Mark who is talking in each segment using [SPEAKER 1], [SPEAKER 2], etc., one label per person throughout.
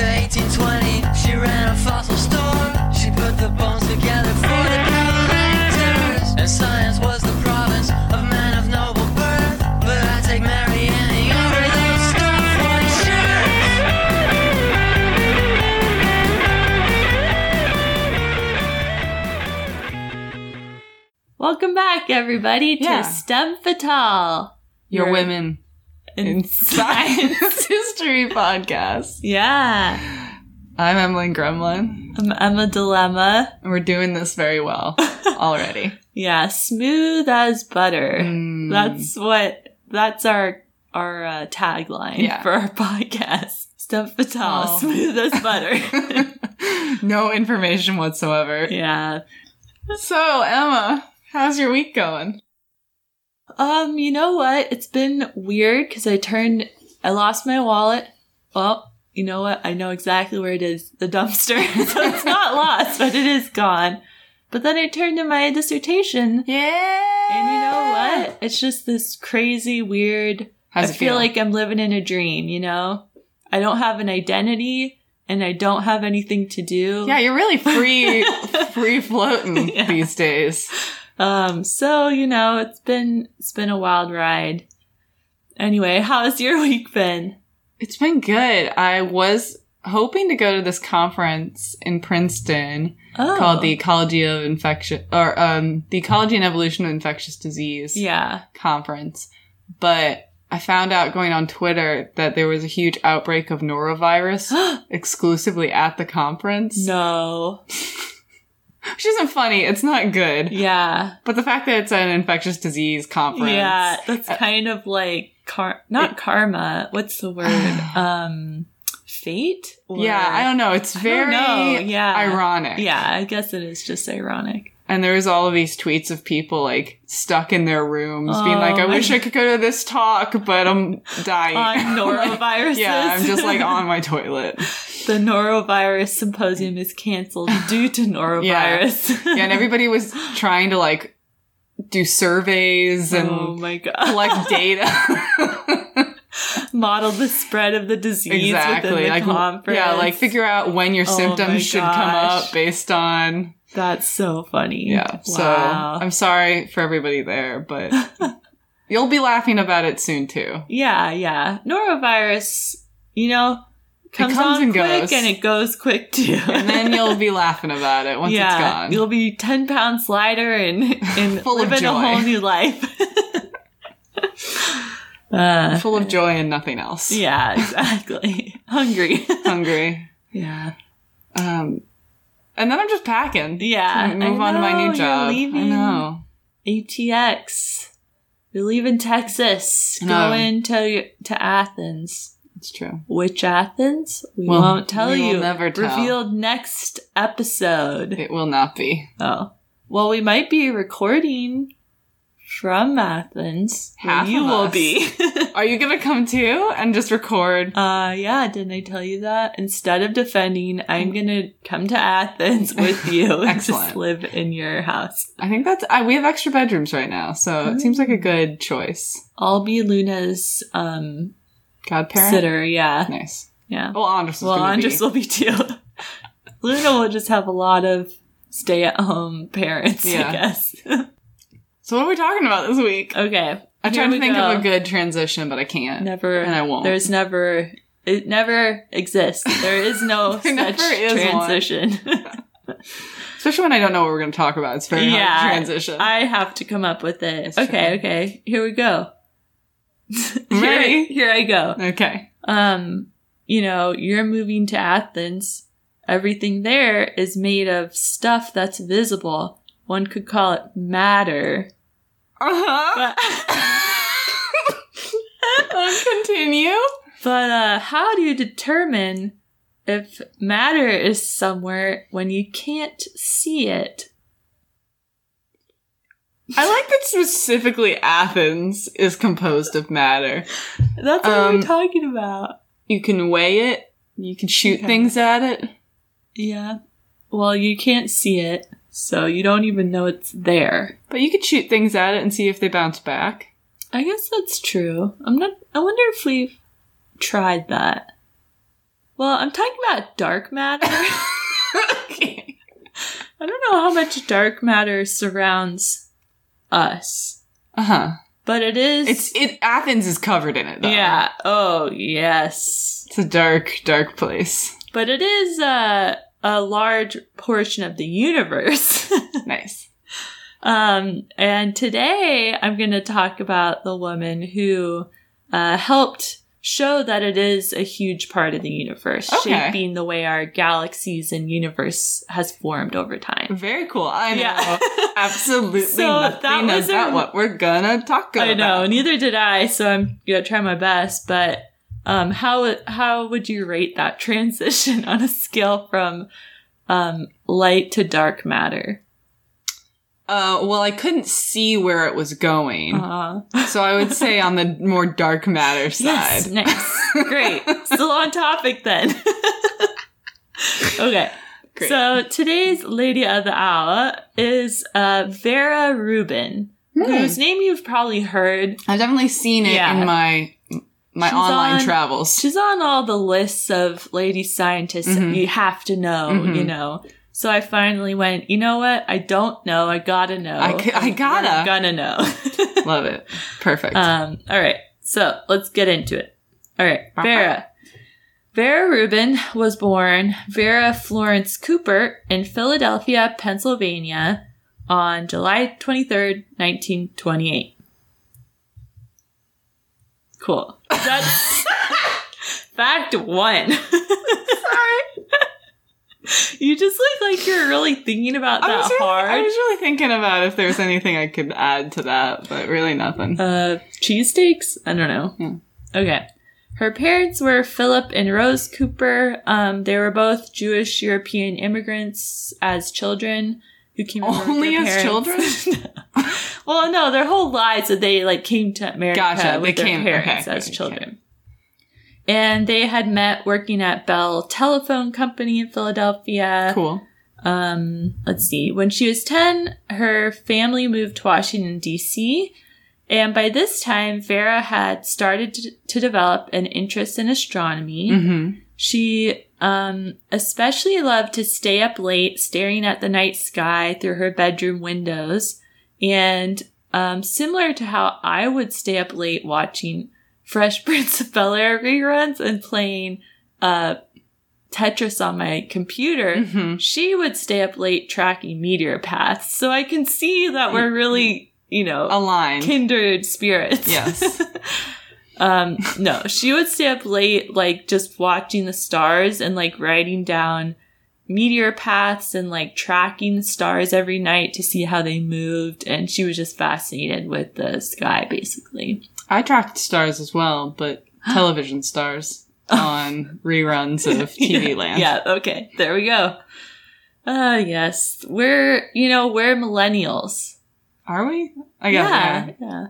[SPEAKER 1] 1920, she ran a fossil store. She put the bones together for the terrors. And science was the province of men of noble birth. But I take Mary Annie over that stuff for insurance.
[SPEAKER 2] Welcome back, everybody, to
[SPEAKER 3] Yeah.
[SPEAKER 2] STEM Fatal.
[SPEAKER 3] Your
[SPEAKER 2] Your-
[SPEAKER 3] women in science history podcast.
[SPEAKER 2] Yeah. Um,
[SPEAKER 3] I'm Emily Gremlin,
[SPEAKER 2] I'm Emma Dilemma.
[SPEAKER 3] and we're doing this very well already.
[SPEAKER 2] Yeah, smooth as butter.
[SPEAKER 3] Mm.
[SPEAKER 2] That's what, that's our, our uh, tagline
[SPEAKER 3] Yeah.
[SPEAKER 2] for our podcast. STEM Fatal,
[SPEAKER 3] Oh.
[SPEAKER 2] smooth as butter.
[SPEAKER 3] no information whatsoever.
[SPEAKER 2] yeah.
[SPEAKER 3] So, Emma, how's your week going?
[SPEAKER 2] Um, you know what? It's been weird because I turned, I lost my wallet. Well, you know what? I know exactly where it is the dumpster. so it's not lost, but it is gone. But then I turned to my dissertation.
[SPEAKER 3] Yeah.
[SPEAKER 2] And you know what? It's just this crazy, weird.
[SPEAKER 3] How's
[SPEAKER 2] I
[SPEAKER 3] it
[SPEAKER 2] feel
[SPEAKER 3] feel?
[SPEAKER 2] like I'm living in a dream, you know? I don't have an identity and I don't have anything to do.
[SPEAKER 3] yeah, you're really free, free floating
[SPEAKER 2] Yeah.
[SPEAKER 3] these days.
[SPEAKER 2] Um, so, you know, it's been, it's been a wild ride. Anyway, how's your week been?
[SPEAKER 3] It's been good. I was hoping to go to this conference in Princeton
[SPEAKER 2] Oh.
[SPEAKER 3] called the Ecology of Infection or um, the Ecology and Evolution of Infectious Disease
[SPEAKER 2] Yeah.
[SPEAKER 3] conference, but I found out going on Twitter that there was a huge outbreak of norovirus exclusively at the conference.
[SPEAKER 2] no.
[SPEAKER 3] Which isn't funny, it's not good.
[SPEAKER 2] Yeah.
[SPEAKER 3] But the fact that it's an infectious disease conference.
[SPEAKER 2] Yeah. That's
[SPEAKER 3] Uh,
[SPEAKER 2] kind of like car not karma. What's the word? Um fate? Or-
[SPEAKER 3] Yeah, I don't know. It's
[SPEAKER 2] I don't
[SPEAKER 3] very
[SPEAKER 2] know. Yeah.
[SPEAKER 3] ironic.
[SPEAKER 2] Yeah, I guess it is just ironic.
[SPEAKER 3] And there was all of these tweets of people like stuck in their rooms being
[SPEAKER 2] Oh,
[SPEAKER 3] like, I
[SPEAKER 2] my-
[SPEAKER 3] wish I could go to this talk, but I'm dying.
[SPEAKER 2] On noroviruses.
[SPEAKER 3] yeah, I'm just like on my toilet.
[SPEAKER 2] the norovirus symposium is canceled due to norovirus.
[SPEAKER 3] Yeah, and everybody was trying to like do surveys and
[SPEAKER 2] Oh my god.
[SPEAKER 3] collect data.
[SPEAKER 2] Model the spread of the disease within the
[SPEAKER 3] like
[SPEAKER 2] conference.
[SPEAKER 3] yeah, like figure out when your
[SPEAKER 2] Oh my
[SPEAKER 3] symptoms should come
[SPEAKER 2] gosh.
[SPEAKER 3] up based on
[SPEAKER 2] That's so funny.
[SPEAKER 3] yeah. So
[SPEAKER 2] Wow.
[SPEAKER 3] I'm sorry for everybody there, but you'll be laughing about it soon too.
[SPEAKER 2] Yeah, yeah. Norovirus, you know, comes,
[SPEAKER 3] comes
[SPEAKER 2] on
[SPEAKER 3] and
[SPEAKER 2] quick
[SPEAKER 3] goes.
[SPEAKER 2] and it goes quick too.
[SPEAKER 3] And then you'll be laughing about it once
[SPEAKER 2] yeah,
[SPEAKER 3] it's gone.
[SPEAKER 2] you'll be ten pounds lighter and and
[SPEAKER 3] Full of
[SPEAKER 2] living a
[SPEAKER 3] joy.
[SPEAKER 2] whole new life. uh,
[SPEAKER 3] Full of joy and nothing else.
[SPEAKER 2] yeah, exactly. Hungry.
[SPEAKER 3] Hungry.
[SPEAKER 2] yeah,
[SPEAKER 3] Um, and then I'm just packing.
[SPEAKER 2] yeah.
[SPEAKER 3] to move on to my new job.
[SPEAKER 2] you
[SPEAKER 3] I know.
[SPEAKER 2] ATX. You're leaving Texas,
[SPEAKER 3] I know.
[SPEAKER 2] going to to Athens.
[SPEAKER 3] It's true.
[SPEAKER 2] Which Athens? We
[SPEAKER 3] Well,
[SPEAKER 2] won't tell
[SPEAKER 3] we will
[SPEAKER 2] you.
[SPEAKER 3] never tell.
[SPEAKER 2] Revealed next episode.
[SPEAKER 3] It will not be.
[SPEAKER 2] Oh. Well, we might be recording from Athens. where
[SPEAKER 3] Half
[SPEAKER 2] you
[SPEAKER 3] of
[SPEAKER 2] will
[SPEAKER 3] us.
[SPEAKER 2] be.
[SPEAKER 3] Are you gonna come too and just record?
[SPEAKER 2] uh yeah, didn't I tell you that? Instead of defending, I'm gonna come to Athens with you and just
[SPEAKER 3] Mm. Excellent.
[SPEAKER 2] live in your house.
[SPEAKER 3] I think that's I, we have extra bedrooms right now, so it seems like a good choice.
[SPEAKER 2] I'll be Luna's um
[SPEAKER 3] Godparent,
[SPEAKER 2] sitter, yeah.
[SPEAKER 3] nice.
[SPEAKER 2] Yeah.
[SPEAKER 3] Well, Andres is
[SPEAKER 2] Well,
[SPEAKER 3] gonna
[SPEAKER 2] Andres
[SPEAKER 3] be.
[SPEAKER 2] will be too. Luna will just have a lot of stay at home parents, I
[SPEAKER 3] Yeah.
[SPEAKER 2] guess.
[SPEAKER 3] So what are we talking about this week?
[SPEAKER 2] okay.
[SPEAKER 3] I'm trying
[SPEAKER 2] here
[SPEAKER 3] to
[SPEAKER 2] we
[SPEAKER 3] think of
[SPEAKER 2] go.
[SPEAKER 3] a good transition, but I can't.
[SPEAKER 2] Never
[SPEAKER 3] and I won't.
[SPEAKER 2] There's never it never exists. There is no
[SPEAKER 3] There
[SPEAKER 2] such
[SPEAKER 3] never is one.
[SPEAKER 2] transition.
[SPEAKER 3] Especially when I don't know what we're gonna talk about. It's very
[SPEAKER 2] Yeah.
[SPEAKER 3] hard to transition.
[SPEAKER 2] I have to come up with it.
[SPEAKER 3] That's
[SPEAKER 2] okay,
[SPEAKER 3] true.
[SPEAKER 2] okay. Here we go. here,
[SPEAKER 3] Ready?
[SPEAKER 2] here I go.
[SPEAKER 3] okay.
[SPEAKER 2] Um, you know, you're moving to Athens. Everything there is made of stuff that's visible. One could call it matter.
[SPEAKER 3] Uh
[SPEAKER 2] But,
[SPEAKER 3] huh. Continue.
[SPEAKER 2] but uh, how do you determine if matter is somewhere when you can't see it?
[SPEAKER 3] I like that specifically Athens is composed of matter.
[SPEAKER 2] That's what
[SPEAKER 3] Um,
[SPEAKER 2] we're talking about.
[SPEAKER 3] You can weigh it. You can shoot
[SPEAKER 2] Okay.
[SPEAKER 3] things at it.
[SPEAKER 2] Yeah. Well, you can't see it, so you don't even know it's there.
[SPEAKER 3] But you could shoot things at it and see if they bounce back.
[SPEAKER 2] I guess that's true. I'm not. I wonder if we've tried that. Well, I'm talking about dark matter. I
[SPEAKER 3] okay.
[SPEAKER 2] don't know how much dark matter surrounds us,
[SPEAKER 3] Uh huh.
[SPEAKER 2] but it is.
[SPEAKER 3] It's it. Athens is covered in it. Though.
[SPEAKER 2] yeah. Oh, yes.
[SPEAKER 3] It's a dark, dark place.
[SPEAKER 2] But it is uh, a large portion of the universe.
[SPEAKER 3] Nice.
[SPEAKER 2] Um, and today I'm going to talk about the woman who uh, helped show that it is a huge part of the universe,
[SPEAKER 3] Okay.
[SPEAKER 2] shaping the way our galaxies and universe has formed over time.
[SPEAKER 3] Very cool. I know.
[SPEAKER 2] Yeah.
[SPEAKER 3] Absolutely
[SPEAKER 2] So
[SPEAKER 3] nothing
[SPEAKER 2] that was a-
[SPEAKER 3] about what we're gonna talk about.
[SPEAKER 2] I know, neither did I, so I'm going to try my best, but um, how how would you rate that transition on a scale from um, light to dark matter?
[SPEAKER 3] Uh, well, I couldn't see where it was going,
[SPEAKER 2] Uh,
[SPEAKER 3] so I would say on the more dark matter
[SPEAKER 2] Yes,
[SPEAKER 3] side.
[SPEAKER 2] nice. Great. Still on topic then. okay.
[SPEAKER 3] Great.
[SPEAKER 2] So today's Lady of the Hour is uh, Vera Rubin,
[SPEAKER 3] Hmm.
[SPEAKER 2] whose name you've probably heard.
[SPEAKER 3] I've definitely seen it
[SPEAKER 2] Yeah.
[SPEAKER 3] in my my
[SPEAKER 2] She's
[SPEAKER 3] online
[SPEAKER 2] on-
[SPEAKER 3] travels.
[SPEAKER 2] She's on all the lists of lady scientists
[SPEAKER 3] Mhm.
[SPEAKER 2] that you have to know,
[SPEAKER 3] Mhm.
[SPEAKER 2] you know. So I finally went, you know what? I don't know. I gotta know.
[SPEAKER 3] I c- I
[SPEAKER 2] We're
[SPEAKER 3] gotta."
[SPEAKER 2] gonna know.
[SPEAKER 3] Love it. Perfect. Uh-huh.
[SPEAKER 2] Um, all right, so let's get into it. All right, Vera. Vera Rubin was born Vera Florence Cooper in Philadelphia, Pennsylvania on July 23rd, 1928. Cool. That's fact one. Sorry. You just look like you're really thinking about
[SPEAKER 3] I
[SPEAKER 2] that
[SPEAKER 3] was, really,
[SPEAKER 2] hard.
[SPEAKER 3] I was really thinking about if there's anything I could add to that, but really nothing.
[SPEAKER 2] uh cheesesteaks i don't know
[SPEAKER 3] Hmm.
[SPEAKER 2] okay her parents were philip and rose cooper um, they were both jewish european immigrants as children who came over with
[SPEAKER 3] Only
[SPEAKER 2] their
[SPEAKER 3] as
[SPEAKER 2] parents. well no their whole lives that they like came to america
[SPEAKER 3] Gotcha,
[SPEAKER 2] with
[SPEAKER 3] they
[SPEAKER 2] their
[SPEAKER 3] came-
[SPEAKER 2] parents
[SPEAKER 3] okay,
[SPEAKER 2] as
[SPEAKER 3] okay,
[SPEAKER 2] children and they had met working at bell telephone company in philadelphia
[SPEAKER 3] cool.
[SPEAKER 2] um, let's see, when she was 10, her family moved to Washington, D.C. And by this time, Vera had started to, to develop an interest in astronomy.
[SPEAKER 3] hmm
[SPEAKER 2] She um, especially loved to stay up late staring at the night sky through her bedroom windows. And um, similar to how I would stay up late watching Fresh Prince of Bel Air reruns and playing uh, Tetris on my computer,
[SPEAKER 3] hmm
[SPEAKER 2] she would stay up late tracking meteor paths. So I can see that we're really, you know,
[SPEAKER 3] Aligned.
[SPEAKER 2] kindred spirits.
[SPEAKER 3] Oh. yes.
[SPEAKER 2] Um, no, she would stay up late, like just watching the stars and like writing down meteor paths and like tracking the stars every night to see how they moved. And she was just fascinated with the sky, basically.
[SPEAKER 3] I tracked stars as well, but television stars on reruns of TV
[SPEAKER 2] yeah,
[SPEAKER 3] Land.
[SPEAKER 2] Yeah. Okay. There we go. Uh, yes. We're, you know, we're millennials.
[SPEAKER 3] Are we? I guess. Yeah.
[SPEAKER 2] yeah, yeah.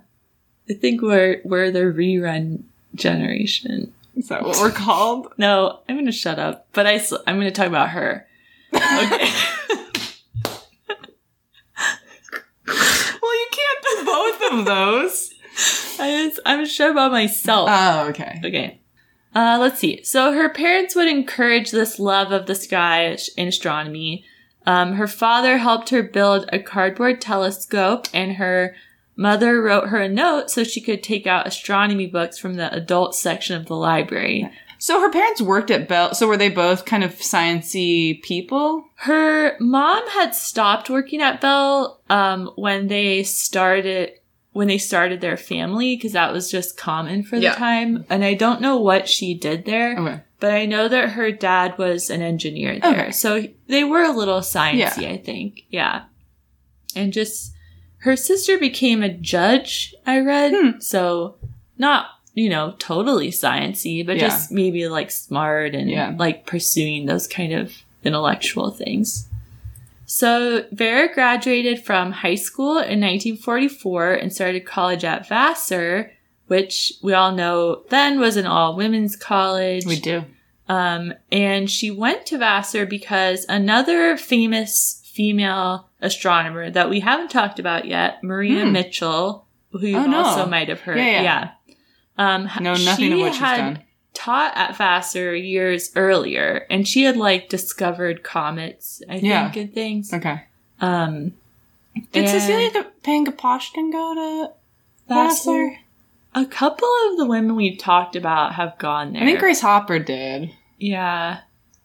[SPEAKER 2] I think we're we're the rerun generation.
[SPEAKER 3] Is that what we're called?
[SPEAKER 2] No, I'm gonna shut up. But I s- I'm gonna talk about her. Okay.
[SPEAKER 3] Well, you can't do both of those.
[SPEAKER 2] I was, I'm sure about myself.
[SPEAKER 3] Oh, okay.
[SPEAKER 2] okay. Uh, let's see. So her parents would encourage this love of the sky and astronomy. Um, her father helped her build a cardboard telescope, and her mother wrote her a note so she could take out astronomy books from the adult section of the library.
[SPEAKER 3] So her parents worked at Bell. So were they both kind of sciency people?
[SPEAKER 2] Her mom had stopped working at Bell um, when they started when they started their family because that was just common for the
[SPEAKER 3] Yeah.
[SPEAKER 2] time. And I don't know what she did there,
[SPEAKER 3] Okay.
[SPEAKER 2] but I know that her dad was an engineer there,
[SPEAKER 3] Okay.
[SPEAKER 2] so they were a little sciencey,
[SPEAKER 3] Yeah.
[SPEAKER 2] I think. Yeah, and just her sister became a judge. I read
[SPEAKER 3] Hmm.
[SPEAKER 2] so not you know totally sciencey, but
[SPEAKER 3] Yeah.
[SPEAKER 2] just maybe like smart and
[SPEAKER 3] Yeah.
[SPEAKER 2] like pursuing those kind of intellectual things. So Vera graduated from high school in 1944 and started college at Vassar, which we all know then was an all women's college.
[SPEAKER 3] We do.
[SPEAKER 2] Um, and she went to Vassar because another famous female astronomer that we haven't talked about yet, Maria
[SPEAKER 3] Hmm.
[SPEAKER 2] Mitchell, who you
[SPEAKER 3] Oh, no.
[SPEAKER 2] also might have heard.
[SPEAKER 3] Yeah, yeah.
[SPEAKER 2] Um,
[SPEAKER 3] Know nothing
[SPEAKER 2] she
[SPEAKER 3] of what she's
[SPEAKER 2] had
[SPEAKER 3] done.
[SPEAKER 2] taught at Vassar years earlier, and she had like discovered comets, I
[SPEAKER 3] Yeah.
[SPEAKER 2] think, and things.
[SPEAKER 3] Okay.
[SPEAKER 2] Um,
[SPEAKER 3] Did
[SPEAKER 2] and
[SPEAKER 3] Cecilia K- Pangaposhkin go to
[SPEAKER 2] Vassar?
[SPEAKER 3] Vassar?
[SPEAKER 2] A couple of the women we've talked about have gone there.
[SPEAKER 3] I think Grace Hopper did.
[SPEAKER 2] Yeah.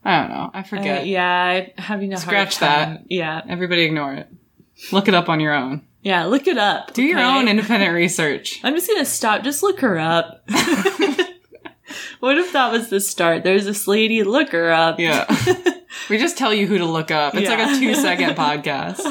[SPEAKER 3] I don't know. I forget.
[SPEAKER 2] Uh, yeah. I'm having a
[SPEAKER 3] Scratch
[SPEAKER 2] hard time. Yeah.
[SPEAKER 3] Everybody ignore it. Look it up on your own.
[SPEAKER 2] Yeah. Look it up.
[SPEAKER 3] Do your
[SPEAKER 2] okay?
[SPEAKER 3] own independent research.
[SPEAKER 2] I'm just gonna stop. Just look her up. what if that was the start? There's this lady. Look her up.
[SPEAKER 3] Yeah. we just tell you who to look up. It's like
[SPEAKER 2] Yeah.
[SPEAKER 3] a two second podcast.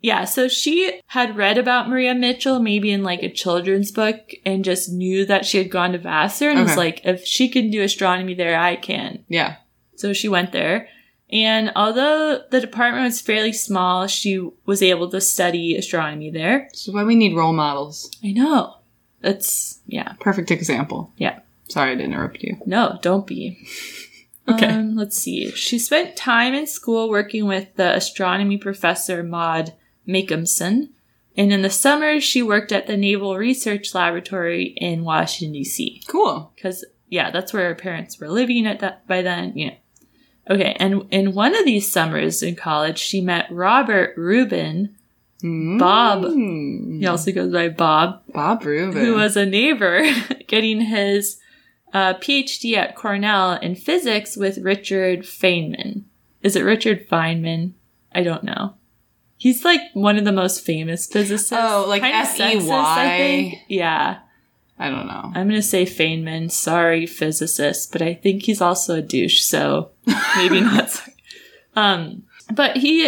[SPEAKER 2] Yeah, so she had read about Maria Mitchell maybe in like a children's book and just knew that she had gone to Vassar and was
[SPEAKER 3] Okay.
[SPEAKER 2] like, if she can do astronomy there, I can.
[SPEAKER 3] Yeah.
[SPEAKER 2] So she went there. And although the department was fairly small, she was able to study astronomy there.
[SPEAKER 3] This is why we need role models.
[SPEAKER 2] I know. That's, yeah.
[SPEAKER 3] Perfect example.
[SPEAKER 2] Yeah.
[SPEAKER 3] Sorry to interrupt you.
[SPEAKER 2] No, don't be.
[SPEAKER 3] Okay.
[SPEAKER 2] Um, let's see. She spent time in school working with the astronomy professor Maud Makehamson, and in the summer she worked at the Naval Research Laboratory in Washington D.C.
[SPEAKER 3] Cool.
[SPEAKER 2] Because yeah, that's where her parents were living at that by then. Yeah. Okay, and in one of these summers in college, she met Robert Rubin. Bob.
[SPEAKER 3] Mm.
[SPEAKER 2] He also goes by Bob.
[SPEAKER 3] Bob Rubin.
[SPEAKER 2] who was a neighbor getting his uh, PhD at Cornell in physics with Richard Feynman. Is it Richard Feynman? I don't know. He's like one of the most famous physicists.
[SPEAKER 3] Oh, like
[SPEAKER 2] Kinda
[SPEAKER 3] F.E.Y..
[SPEAKER 2] sexist, I think. Yeah.
[SPEAKER 3] I don't know.
[SPEAKER 2] I'm going to say Feynman. Sorry, physicist, but I think he's also a douche, so maybe not sorry. Um, but he